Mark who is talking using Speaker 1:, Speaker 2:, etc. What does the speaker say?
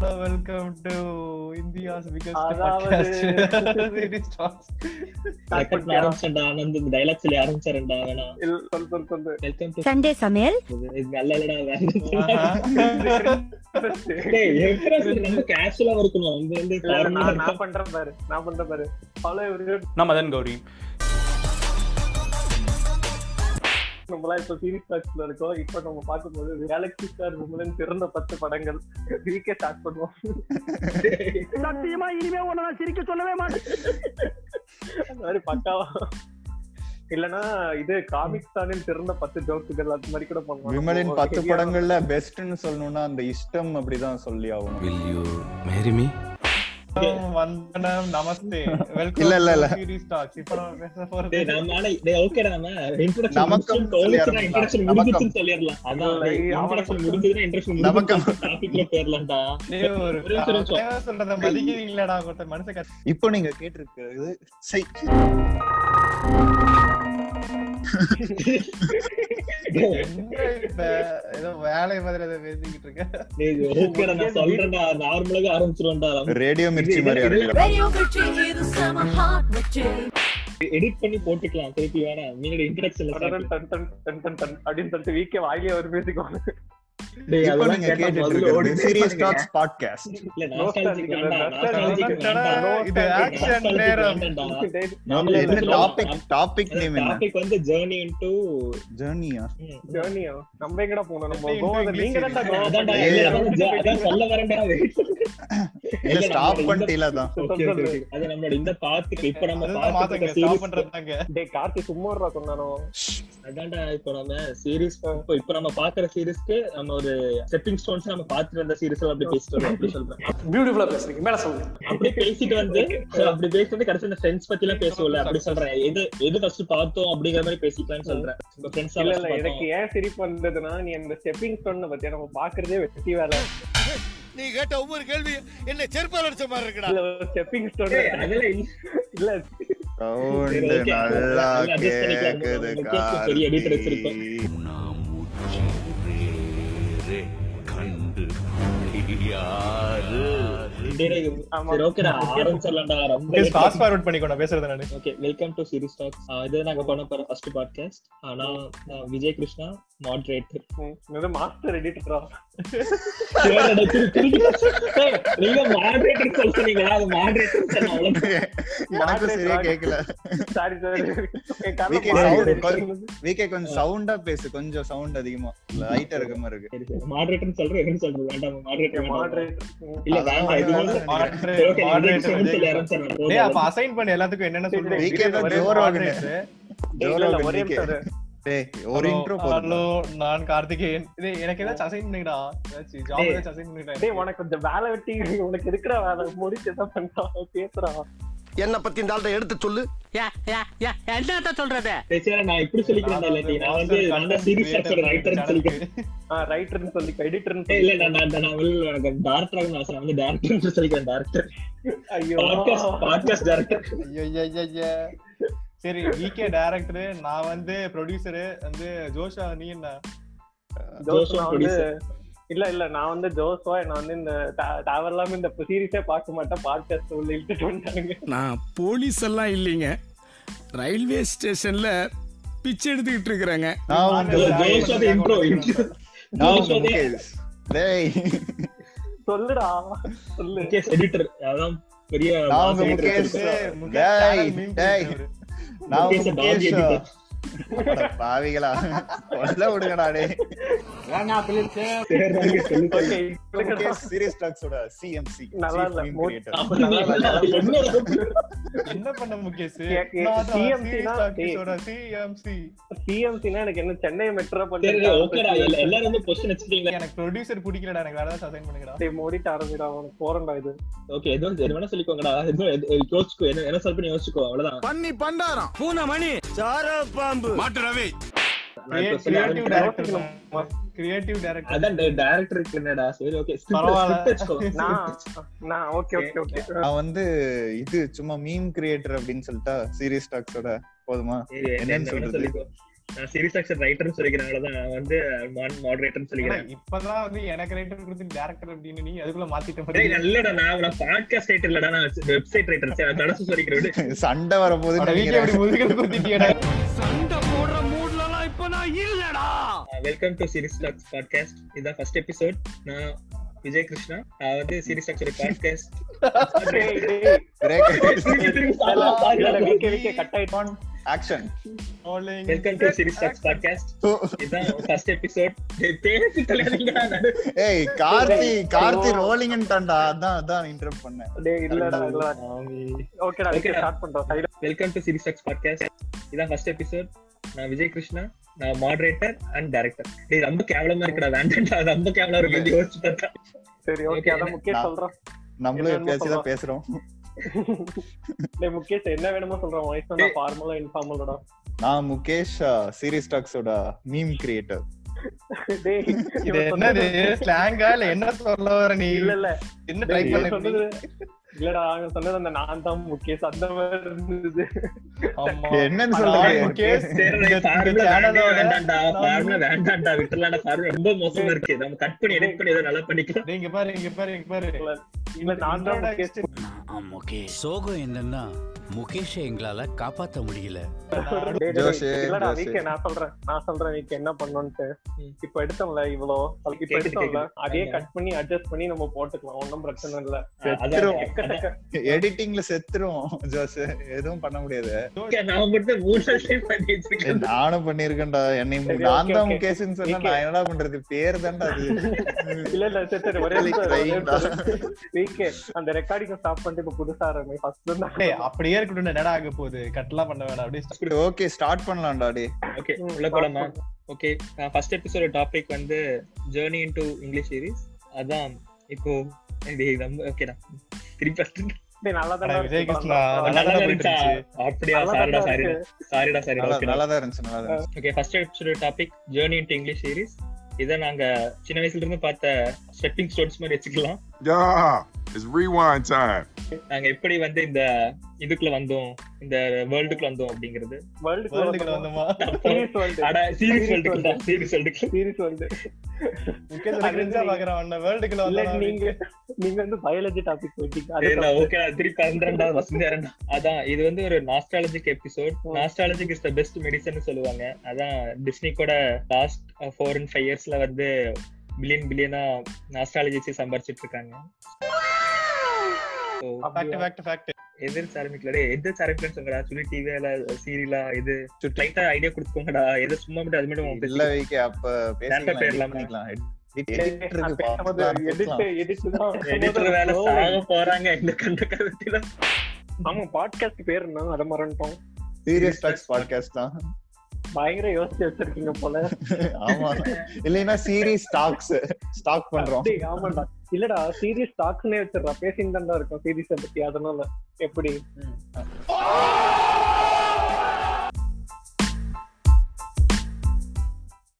Speaker 1: Hello, welcome to India's biggest
Speaker 2: அதாவது-
Speaker 1: podcast. It starts.
Speaker 3: Record ஆரம்பிச்சேன்டா ஆனந்த் இந்த டைலாக் சொல்லி ஆரம்பிச்சாருடா வேணா
Speaker 2: இல்ல, சொல்லு, சொல்லு, சொல்லு.
Speaker 3: வெல்கம் டு
Speaker 4: சண்டே சமையல்
Speaker 3: இது நல்ல இல்லடா வேற எதுவும் சொல்லாத.
Speaker 2: இல்ல,
Speaker 3: டேய், எப்படிடா இது நம்ம கேஷுவலா இருக்கணும் வந்து வந்து
Speaker 2: இல்ல,
Speaker 3: formal ஆ
Speaker 2: நான் நான்
Speaker 3: இருக்கணும்.
Speaker 2: பண்றேன் பாரு நான் பண்றேன் பாரு Hello everyone.
Speaker 1: நான் மதன் கௌரி
Speaker 2: நம்மளாம் இப்ப series batch ல இருக்கோம். இப்ப நம்ம பார்க்கும்போது Galaxy Star Woman-ன் சிறந்த பத்து படங்கள் வீக்கே start பண்ணுவோம். அந்த மாதிரி பக்காவா. இல்லனா இது காமிக் தானின் சிறந்த பத்து ஜோக்குகள் அது மாதிரி கூட பண்ணுவோம்
Speaker 5: விமலின்
Speaker 2: நம்ம
Speaker 5: பத்து
Speaker 2: heavy-ஆ
Speaker 5: படங்கள்ல பெஸ்ட்னு சொல்லணும்னா அந்த இஷ்டம் அப்படிதான் சொல்லி ஆகணும்
Speaker 6: Will you marry me?
Speaker 1: வந்தனம் நமஸ்தே வெல்கம்
Speaker 5: இல்ல, இல்ல, இல்ல.
Speaker 1: சீரிஸ் டாக்ஸ் இப்போ நம்ம பேச போறது
Speaker 3: டேய், நம்ம ஆனா- டேய், okayடா, நம்ம introduction
Speaker 5: நமக்கம்
Speaker 3: முடிச்சுட்டு தோணுச்சுன்னா
Speaker 5: சொல்லிடலாம்.
Speaker 3: introduction
Speaker 5: நமக்கம்.
Speaker 3: முடிஞ்சிருச்சுன்னு சொல்லிடலாம். அதான்,
Speaker 2: இல்ல,
Speaker 3: டேய்,
Speaker 2: அவனுக்கு
Speaker 3: introduction முடிஞ்சதுன்னா introduction
Speaker 5: நமக்கம்.
Speaker 3: முடிஞ்சிருச்சு. topic ல போயிடலாம்டா.
Speaker 1: டேய், ஒரு
Speaker 3: ஒரே ஒரு நிமிஷம்.
Speaker 1: தேவை சொல்றத மதிக்கிறீங்களாடா ஒருத்தர் மனசு கஷ்டம்
Speaker 5: இப்போ நீங்க கேட்டிருக்கிறது சை
Speaker 3: டேய்,
Speaker 1: இந்த ஏதோ வேலை மாதிரி அதை பேசிக்கிட்டு இருக்கேன்
Speaker 3: டேய், இது okayடா, நான் சொல்றேன்டா, நார்மலாவே ஆரம்பிச்சிருவோம்டா. நம்ம
Speaker 5: ரேடியோ மிர்ச்சி
Speaker 3: இது-
Speaker 5: மாதிரி
Speaker 3: இது-
Speaker 5: ஆடுகிறா.
Speaker 3: edit பண்ணி போட்டுக்கலாம் திருப்பி வேணாம் மீனோட introduction ல
Speaker 2: டன், டன், டன், டன், டன், டன் அப்படின்னு சொல்லிட்டு வீக்கே வாயிலே ஒரு மியூசிக்
Speaker 3: டேய்,
Speaker 5: இப்போ
Speaker 3: அதெல்லாம்
Speaker 5: நீங்க
Speaker 3: கேட்டா
Speaker 5: கேட்டுட்டு
Speaker 3: முதல்ல
Speaker 5: இருக்கிறது
Speaker 3: ஓடிட்டே
Speaker 5: சீரியஸ்
Speaker 3: இருப்பானுங்க.
Speaker 5: டாக்ஸ் பாட்காஸ்ட்
Speaker 3: இல்ல,
Speaker 2: nostalgic
Speaker 3: nostalgic
Speaker 2: இல்ல,
Speaker 3: வேண்டாம்,
Speaker 2: nostalgic
Speaker 3: nostalgic
Speaker 1: வேண்டாம்.
Speaker 3: வேண்டாம்.
Speaker 1: இது action நேரம்.
Speaker 3: nostalgic
Speaker 2: நம்மள
Speaker 5: என்ன
Speaker 3: இல்ல.
Speaker 5: டாபிக் டாபிக் நேம் என்ன
Speaker 3: டாபிக் வந்து ஜேர்னி இன்டு
Speaker 5: ஜேர்னியா
Speaker 2: ஜேர்னியா நம்ம எங்கடா போனோம் நம்ம
Speaker 1: எப்படி
Speaker 2: கோவா
Speaker 1: இங்கிலீஷ்
Speaker 2: நீங்க தான் கோவா
Speaker 3: அதான்டா
Speaker 5: ஏய்.
Speaker 3: இல்ல, நான் வந்து அதான் சொல்ல வரேன்டா wait.
Speaker 5: இல்ல
Speaker 3: இல்ல,
Speaker 5: ஸ்டாப்
Speaker 3: நம்மளோட இந்த-
Speaker 5: பண்ணிட்டீல தான்
Speaker 3: Okay, okay, okay. அது நம்மளோட இந்த பாத்துக்கு இப்ப நம்ம
Speaker 1: அதுதான்
Speaker 3: பாத்துட்டு
Speaker 1: மாத்துங்க
Speaker 3: இருக்க
Speaker 1: ஸ்டாப்
Speaker 3: series-
Speaker 1: பண்றதாங்க
Speaker 2: டேய் கார்த்தி சும்மா இருடா சொன்னானோ
Speaker 3: அதான்டா இப்ப நம்ம series இப்ப- இப்ப நம்ம பாக்குற சீரிஸ்க்கு நம்ம ஒரு ஸ்டெப்பிங் ஸ்டோன்ஸ் நம்ம பாத்துட்டு இருந்த சீரிஸ் எல்லாம் அப்படி பேசிட்டு வரோம் அப்படி சொல்றேன்
Speaker 2: பியூட்டிஃபுல்லா பேசுறீங்க மேல சொல்லுங்க
Speaker 3: அப்படி பேசிட்டு வந்து அப்படி பேசிட்டு வந்து கடைசி இந்த ஃப்ரெண்ட்ஸ் பத்தி எல்லாம் பேசுவோம்ல அப்படி சொல்றேன் எது எது ஃபர்ஸ்ட் பார்த்தோம் அப்படிங்கிற மாதிரி பேசிக்கலாம்னு சொல்றேன் உங்க ஃப்ரெண்ட்ஸ்
Speaker 2: இல்ல இல்ல எனக்கு ஏன் சிரிப்பு வந்ததுன்னா நீ அந்த ஸ்டெப்பிங் ஸ்டோன் பத்தியா நம்ம பாக்குறதே வெட்டி வேலை
Speaker 7: நீ கேட்ட ஒவ்வொரு கேள்வி என்ன செருப்பால் அடிச்ச மாதிரி இருக்குடா
Speaker 2: இல்ல ஸ்டெப்பிங் ஸ்டோன்
Speaker 3: அதெல்லாம் இல்ல
Speaker 2: இல்ல
Speaker 5: சவுண்ட்
Speaker 3: okay.
Speaker 5: நல்லா
Speaker 3: நல்லா adjust பண்ணிக்கலாம்.
Speaker 5: கேக்குது
Speaker 3: நம்ம கேக்கு பெரிய editor
Speaker 5: கார்த்தி
Speaker 3: வச்சிருக்கோம்.
Speaker 6: உண்ணாமூச்சி வேறே கண்டு யாரு?
Speaker 2: ஆமா.
Speaker 3: சரி ஓகேடா ஆரம்பிச்சிடலாம்டா ரொம்ப
Speaker 1: கேஸ் ஃபாஸ்ட் ஃபார்வர்ட் பண்ணிக்கோ பேசுறத நானு
Speaker 3: okay welcome to series talks இது நாங்க பண்ண போற ஃபர்ஸ்ட் பாட்காஸ்ட் ஆனா நான் விஜய் கிருஷ்ணா மாடரேட்டர்
Speaker 2: இது மாஸ்டர் எடிட்டரா
Speaker 3: நீங்க மாடரேட்டர் சொல்றீங்களா அது மாடரேட்டர் சொன்ன அவ்வளவு
Speaker 5: எனக்கு சரியா கேக்கல
Speaker 2: sorry
Speaker 5: We can
Speaker 2: sorry
Speaker 5: sound- VK கொஞ்சம் சவுண்டா பேசு கொஞ்சம் சவுண்ட் அதிகமா லைட்டா இருக்க மாதிரி இருக்கு
Speaker 3: மாடரேட்டர் சொல்றேன் என்ன சொல்றது வேண்டாம் மாடரேட்டர் மாடரேட்
Speaker 2: மாடரேட்
Speaker 3: இல்ல
Speaker 5: அதான்
Speaker 3: வேண்டாம் இது
Speaker 5: வேண்டாம்.
Speaker 3: வந்து
Speaker 1: மாடரேட் மாடரேட் டேய் அப்ப
Speaker 3: மாடரேட்டர்
Speaker 1: அசைன் பண்ணி எல்லாத்துக்கும் என்னென்ன சொல்றோம்
Speaker 5: Weekend
Speaker 1: வீக்கெண்ட்
Speaker 5: தான்
Speaker 1: ஒரே
Speaker 5: ஜோரா
Speaker 1: moderate.
Speaker 5: ஜோரோ
Speaker 2: ஒரே நிமிஷம் இரு.
Speaker 5: டேய் ஒரு
Speaker 1: Hello,
Speaker 5: இன்ட்ரோ
Speaker 1: hello,
Speaker 5: போதும்
Speaker 1: நான் கார்த்திகேயன் டேய் எனக்கு ஏதாச்சும் அசைன் பண்ணிடா ஏதாச்சும் ஜாப்
Speaker 3: டேய்.
Speaker 1: ஏதாச்சும் அசைன் பண்ணிடா
Speaker 2: டேய் உனக்கு இந்த வேலை வெட்டி உனக்கு இருக்கிற வேலை முடிச்சு என்ன பண்றா பேசுறா
Speaker 7: என்ன பத்தி இந்த ஆள்கிட்ட எடுத்து சொல்லு
Speaker 8: என்னத்த சொல்றது
Speaker 3: சரி நான் எப்படி சொல்லிக்கிறேன் இல்லாட்டி நான் வந்து நல்ல சீரியஸ் ஆக்டர் ரைட்டர் சொல்லிக்கிறேன்
Speaker 2: ரைட்டர்னு சொல்லி எடிட்டர்னு
Speaker 3: ஏய், இல்ல நான் நான் நான் வெளியில எனக்கு director ஆகணும்னு ஆசை. நான் வந்து director சொல்லிக்கிறேன் director.
Speaker 2: ஐயோ
Speaker 3: Podcast, podcast director.
Speaker 1: ஐயோ சரி விகே டைரக்டர் நான் வந்து ப்ரொடியூசர் வந்து ஜோஷா நீ என்ன
Speaker 2: ஜோஸ்
Speaker 3: ஜோஸ்வா
Speaker 2: நான் வந்து
Speaker 3: producer.
Speaker 2: இல்ல இல்ல நான் வந்து ஜோஸ்வா நான் வந்து இந்த தேவையில்லாம இந்த சீரிஸே பார்க்க மாட்டேன் பாட்காஸ்ட் உள்ள இழுத்துட்டு வந்துட்டாங்க
Speaker 9: நான் போலீஸ் எல்லாம் இல்லைங்க ரயில்வே ஸ்டேஷன்ல பிச்சை எடுத்துக்கிட்டு இருக்கிறேங்க
Speaker 5: நான்
Speaker 1: நீ
Speaker 5: உங்க-
Speaker 1: மாடரேட்
Speaker 3: ஜோஷோட intro, intro.
Speaker 5: நான் உங்க
Speaker 3: ஜோஷோட
Speaker 5: முகேஷ். டேய்
Speaker 2: சொல்லுடா சொல்லு
Speaker 3: முகேஷ் editor. அதான் பெரிய
Speaker 5: நான் உங்க
Speaker 3: boss editor.
Speaker 5: முகேஷ்
Speaker 1: டேய், முகேஷ்
Speaker 5: டேய்,
Speaker 1: சேனல் meme
Speaker 5: டேய்.
Speaker 1: பண்ணிட்டவரு.
Speaker 5: நான் உங்க
Speaker 3: முகேஷ் dog
Speaker 5: முகேஷ்
Speaker 3: editor.
Speaker 5: அட பாவிகளா கொல்ல விடுங்கடா டேய்
Speaker 3: சரி, வாங்க, சொல்லுங்க.
Speaker 2: ஓகே
Speaker 5: முகேஷ் சீரியஸ் டாக்ஸோட சிஎம்சி
Speaker 2: நல்லா இல்ல. மோ-
Speaker 1: Ah,
Speaker 3: அப்ப நீங்க என்ன- அது என்ன இருக்கும்?
Speaker 1: என்ன பண்ண முகேஷ்
Speaker 2: கே- கே-
Speaker 1: நான் தான்
Speaker 2: CMC
Speaker 1: serious
Speaker 2: தான்
Speaker 1: artist ஓட CMC.
Speaker 2: சிஎம்சினா எனக்கு என்ன சென்னை மெட்ரோ
Speaker 3: சரி,
Speaker 2: பண்ணி
Speaker 3: ஓகேடா, எல்லா- எல்லாரும் வந்து question வச்சுட்டீங்களா?
Speaker 1: எனக்கு ப்ரொடியூசர் பிடிக்கலடா எனக்கு வேற ஏதாச்சும் அசைன் பண்ணுங்கடா
Speaker 2: மூடிட்டு ஆரம்பிடா உனக்கு போறண்டா இது
Speaker 3: Okay, எதுவும் எது வேணா சொல்லிக்கோங்கடா. எதுவும் எது- எது- யோசிச்சுக்கோ. என்ன என்ன சொல்ல போறேன்னு யோசிச்சுக்கோ. அவ்வளவுதான்.
Speaker 7: பண்ணி பண்டாரம்
Speaker 8: பூனை மணி
Speaker 7: மாட்டு ரவி
Speaker 3: நான் இப்ப சொல்லி
Speaker 1: கிரியேட்டிவ்
Speaker 3: ஆரம்பிக்கிறேன்.
Speaker 1: டைரக்டர் கிரியேட்டிவ் டைரக்டர்
Speaker 3: அதான் டே- director க்கு என்னடா சரி ஓகே
Speaker 1: பரவாயில்ல.
Speaker 2: நான் நான் ஓகே ஓகே ஓகே
Speaker 5: நான் வந்து இது சும்மா மீம் கிரியேட்டர் அப்படின்னு சொல்லிட்டா சீரியஸ் டாக்ஸோட போதுமா என்னன்னு சொல்றது?
Speaker 3: நான் சீரியஸ் ஆக்ஷன் ரைட்டர்னு சொல்லிக்கிறனால தான் நான் வந்து மாடரேட்டர்னு சொல்லிக்கிறேன்
Speaker 1: இப்பதான் வந்து எனக்கு ரைட்டர் கொடுத்து டேரக்டர் அப்படின்னு நீ அதுக்குள்ள மாத்திட்ட
Speaker 3: டேய்,
Speaker 1: மாதிரி
Speaker 3: நல்லடா நான் நான் பாட்காஸ்ட் ரைட்டர் இல்லடா நான் வெப்சைட் ரைட்டர் சரி நான் தடசு சொல்லிக்கிறேன் விடு.
Speaker 5: சண்டை
Speaker 1: வீட்டுல
Speaker 5: வரப்போகுதுன்னு நினைக்கிறேன்
Speaker 1: எப்படி முதுகல் குத்திட்டியடா
Speaker 3: welcome to series talks podcast இதுதான் ஃபர்ஸ்ட் எபிசோட் நான் விஜய் கிருஷ்ணா நான் வந்து சீரிஸ் டாக்ஸோட podcast
Speaker 5: action
Speaker 3: welcome to series talks podcast இதுதான் ஃபர்ஸ்ட் எபிசோட் பேசி தலைவலிங்கடா நான்.
Speaker 5: ஏய் கார்த்தி கார்த்தி ரோலிங்கன் தாண்டா அதான் அதான் இன்டரப்ட் பண்ணேன்
Speaker 2: இல்லடா இல்லடா ஓகேடா
Speaker 3: Okay.
Speaker 2: ஸ்டார்ட் பண்றோம் silent
Speaker 3: welcome to series talks podcast இதான் ஃபர்ஸ்ட் எபிசோட் நான் விஜய் கிருஷ்ணா நான் மாடரேட்டர் அண்ட் டைரக்டர் டேய் ரொம்ப கேவலமா இருக்குடா வேண்டாம்டா அது ரொம்ப கேவலமா இருக்கு யோசிச்சு பார்த்தா
Speaker 2: சரி
Speaker 3: Okay.
Speaker 2: ஓகே அதான் முகேஷ்
Speaker 5: நான்-
Speaker 2: சொல்றோம்
Speaker 5: நம்மளும்
Speaker 2: என்னன்னு
Speaker 5: எப்பயாச்சும் தான் பேசுறோம்
Speaker 2: டேய் முகேஷ் என்ன வேணுமோ சொல்றோம் வயசு நான் ஃபார்மலா இன்ஃபார்மலடா
Speaker 5: நான் முகேஷ் சீரிஸ் டாக்ஸோட மீம் கிரியேட்டர்
Speaker 2: டேய்
Speaker 1: இது என்னது ஸ்லாங்கா இல்ல என்ன சொல்ல வர நீ
Speaker 2: இல்ல இல்ல
Speaker 1: என்ன
Speaker 2: டேய்,
Speaker 1: ட்ரை
Speaker 2: நீ
Speaker 1: பண்ண
Speaker 2: சொன்னது இல்லடா அவன் சொன்னது அந்த நான் தான் முகேஷ் அந்த மாதிரி இருந்தது
Speaker 1: ஆமா
Speaker 5: என்னன்னு
Speaker 1: நான் முகேஷ்.
Speaker 5: சொல்லுங்க
Speaker 1: இந்த- இந்த channel ஓட நான்
Speaker 3: சீரியஸ்
Speaker 1: நீங்க பாரு இங்க பாரு இங்க பாரு
Speaker 2: இல்ல நான் தான் முகேஷ்
Speaker 6: சோகம் என்னன்னா முகேஷை எங்களால காப்பாத்த முடியல
Speaker 2: டேய், டேய்,
Speaker 5: ஜோஷு,
Speaker 2: இல்லடா
Speaker 5: ஜோஷு.
Speaker 2: வீக்கே நான் சொல்றேன் நான் சொல்றேன் வீக்கே என்ன பண்ணணும்ட்டு
Speaker 3: ம்.
Speaker 2: இப்ப எடுத்தோம்ல இவ்வளோ இப்ப
Speaker 3: கேக்குது,
Speaker 2: எடுத்தோம்ல
Speaker 3: கேக்குது.
Speaker 2: அதையே
Speaker 3: ஆமா.
Speaker 2: கட் பண்ணி அட்ஜஸ்ட் பண்ணி நம்ம போட்டுக்கலாம் ஒன்றும் பிரச்சனை இல்ல
Speaker 5: எடிட்டிங்ல செத்துரும் ஜோஸ் எதுவும் பண்ண முடியாது ஏய், நானும் பண்ணிருக்கேன்டா என்னை மு-
Speaker 2: சரி,
Speaker 5: நான்
Speaker 2: okay,
Speaker 5: தான்
Speaker 2: okay.
Speaker 5: முகேஷ்னு சொன்னா நான் என்னடா பண்றது பேர் தான்டா அது
Speaker 2: இல்ல இல்ல சரி சரி ஒரே
Speaker 5: Really crying டா.
Speaker 2: வீக்கே அந்த ரெக்கார்டிங் ஸ்டாப் பண்ணிட்டு இப்ப புதுசா ஆரம்பி ஃபர்ஸ்ட் இருந்தா
Speaker 1: டேய் அப்படியே இருக்கட்டும் என்னடா ஆக போகுது கட்லாம் பண்ண வேணாம் அப்படியே
Speaker 5: ஓகே ஸ்டார்ட் பண்ணலாம்டா டே
Speaker 3: ஓகே ஃபர்ஸ்ட் எபிசோட டாபிக் வந்து journey into English series அதான் இப்போ இது ரொம்ப ஓகேடா திருப்பி
Speaker 2: டேய் நல்லா
Speaker 1: அட,
Speaker 2: தான்
Speaker 1: விஜய் கிருஷ்ணா,
Speaker 2: இருக்கு.
Speaker 1: நல்லா தான் போயிட்டு இருந்துச்சு.
Speaker 3: அப்படியா
Speaker 2: நல்லா
Speaker 3: சாரிடா
Speaker 2: தான்
Speaker 3: சாரிடா
Speaker 2: இருக்கு.
Speaker 3: சாரிடா சாரிடா
Speaker 5: நல்லா
Speaker 3: okay.
Speaker 5: நல்லா தான் இருந்துச்சு நல்லா தான் இருந்துச்சு.
Speaker 3: ஓகே ஃபர்ஸ்ட் எபிசோட topic journey into English series இதை நாங்க சின்ன வயசுல இருந்து பார்த்த ஸ்டெப்பிங் ஸ்டோன்ஸ் மாதிரி வச்சுக்கலாம்
Speaker 4: Yeah, it's rewind time.
Speaker 3: நாங்க எப்படி வந்து இந்த இதுக்குள்ள வந்தோம் இந்த வேர்ல்டுக்குள்ள வந்தோம் அப்படிங்கிறது
Speaker 1: வேர்ல்டுக்குள்ள
Speaker 2: வேர்ல்டுக்கு
Speaker 1: வந்தோமா
Speaker 2: சீரிஸ் வேர்ல்டு
Speaker 3: அட சீரிஸ் வேர்ல்டுக்குள்ள சீரிஸ் வேர்ல்டுக்குள்ள
Speaker 2: சீரிஸ் வேர்ல்டு
Speaker 1: முகேஷ்
Speaker 2: அது
Speaker 1: கிரிஞ்சா
Speaker 2: நீங்க-
Speaker 1: பாக்குறான் வேர்ல்டுக்குள்ள
Speaker 2: இல்ல
Speaker 1: வந்தா
Speaker 2: நீங்க நீங்க வந்து பயாலஜி டாபிக் போயிட்டீங்க அது
Speaker 3: சரிடா ஓகே திருப்பி பன்னிரெண்டா வசந்தி இரண்டா அதான் இது வந்து ஒரு nostalgic episode nostalgic is the best medicine சொல்லுவாங்க அதான் டிஸ்னி கூட லாஸ்ட் ஃபோர் அண்ட் ஃபைவ் இயர்ஸ்ல வந்து பில்லியன் பில்லியனா நாஸ்டாலஜிச்சு சம்பாரிச்சிட்டு இருக்காங்க So,
Speaker 1: ஃபேக்ட் ஃபேக்ட் ஃபேக்ட்
Speaker 3: எதிர்த்து ஆரம்பிக்கலடே எதிர்த்து ஆரம்பிக்கலன்னு சொல்லுங்கடா சொல்லி டிவியில சீரியலா இது லைட்டா ஐடியா கொடுத்துக்கோங்கடா எது சும்மா மட்டும் அது மட்டும்
Speaker 5: இல்ல
Speaker 3: பேசி-
Speaker 5: வைக்க அப்ப பேசிக்கலாம்
Speaker 3: பேர்லாம்
Speaker 5: edit பண்ணிக்கலாம் Edit-
Speaker 2: டேய்,
Speaker 5: edit இருக்கு,
Speaker 2: நான் பேசும்போது
Speaker 5: பார்க்கலாம்,
Speaker 2: edit,
Speaker 5: பார்க்கலாம்.
Speaker 2: edit தான்.
Speaker 3: editor வேலை சாக போறாங்க இந்த கண்ட கருத்துல
Speaker 2: ஆமா பாட்காஸ்ட் பேர் என்ன அதை மறந்துட்டோம்
Speaker 5: Serious Talks podcast தான்
Speaker 2: பயங்கர யோசிச்சு வச்சிருக்கீங்க போல
Speaker 5: ஆமா இல்லைன்னா சீரியஸ் டாக்ஸ் ஸ்டாக் பண்றோம்
Speaker 2: டேய், ஆமாடா இல்லடா சீரியஸ் டாக்ஸ்னே வச்சிடறா பேசிட்டு தான்டா இருக்கும் சீரியஸ் பத்தி அதனால எப்படி
Speaker 3: ம்.